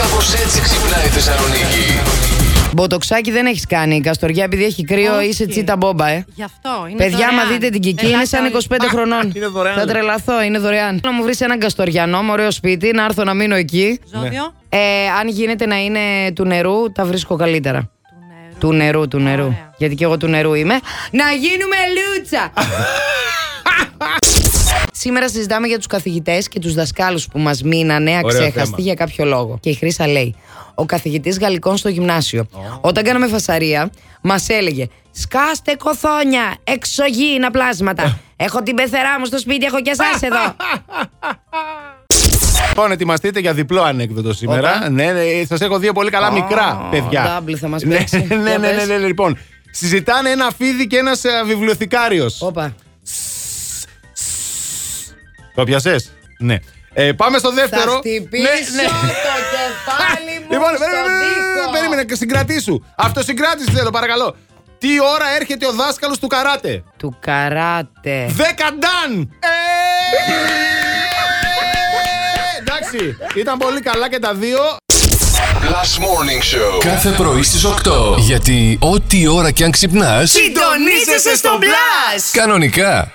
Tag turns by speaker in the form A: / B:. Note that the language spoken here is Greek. A: Κάπως έτσι ξυπνάει η Θεσσαλονίκη.
B: Μποτοξάκι δεν έχεις κάνει. Η Καστοριά, επειδή έχει κρύο,
C: Όχι.
B: είσαι τσίτα μπόμπα, ε.
C: Γι' αυτό είναι
B: Παιδιά,
C: δωρεάν.
B: άμα δείτε την Κική, είναι
C: Ελάτε
B: σαν
C: όλοι.
B: 25 χρονών.
D: είναι δωρεάν.
B: Θα τρελαθώ, είναι δωρεάν. Να μου βρεις έναν Καστοριανό με ωραίο σπίτι, να έρθω να μείνω εκεί.
C: Ζώδιο
B: Ε, αν γίνεται να είναι του νερού, τα βρίσκω καλύτερα.
C: του νερού.
B: Του νερού, του νερού.
C: Ωραία.
B: Γιατί και εγώ του νερού είμαι. Να γίνουμε λούτσα! Σήμερα συζητάμε για τους καθηγητές και τους δασκάλους που μας μείνανε
D: θέμα.
B: αξέχαστοι για κάποιο λόγο. Και η Χρήσα λέει: Ο καθηγητής Γαλλικών στο γυμνάσιο, όταν κάναμε φασαρία, μας έλεγε: Σκάστε κοθόνια, εξωγήινα πλάσματα. έχω την πεθερά μου στο σπίτι, έχω και εσάς εδώ.
D: Λοιπόν, ετοιμαστείτε για διπλό ανέκδοτο σήμερα.
B: Όπα.
D: Ναι, ναι, σας έχω δύο πολύ καλά
B: Α,
D: μικρά παιδιά.
B: double θα μας
D: Ναι,
B: παίξει.
D: ναι, ναι,
B: Για
D: ναι,
B: πες.
D: ναι, ναι, λοιπόν. Συζητάνε ένα φίδι και ε, ένα βιβλιοθηκάριος.
B: Όπα.
D: Το πιασέ. Ναι. Ε, πάμε στο
B: Θα
D: δεύτερο. ναι.
B: χτυπήσω το κεφάλι μου.
D: Λοιπόν,
B: στον
D: περίμενε,
B: τοίχο.
D: περίμενε, συγκρατήσου. Αυτοσυγκράτηση θέλω, παρακαλώ. Τι ώρα έρχεται ο δάσκαλος του καράτε.
B: Του καράτε.
D: Δέκα νταν! Ε! Εντάξει, ήταν πολύ καλά και τα δύο.
A: Last Morning Show.
E: Κάθε πρωί στις 8. Γιατί ό,τι ώρα κι αν ξυπνάς,
B: Συντονίζεσαι στο μπλα!
E: κανονικά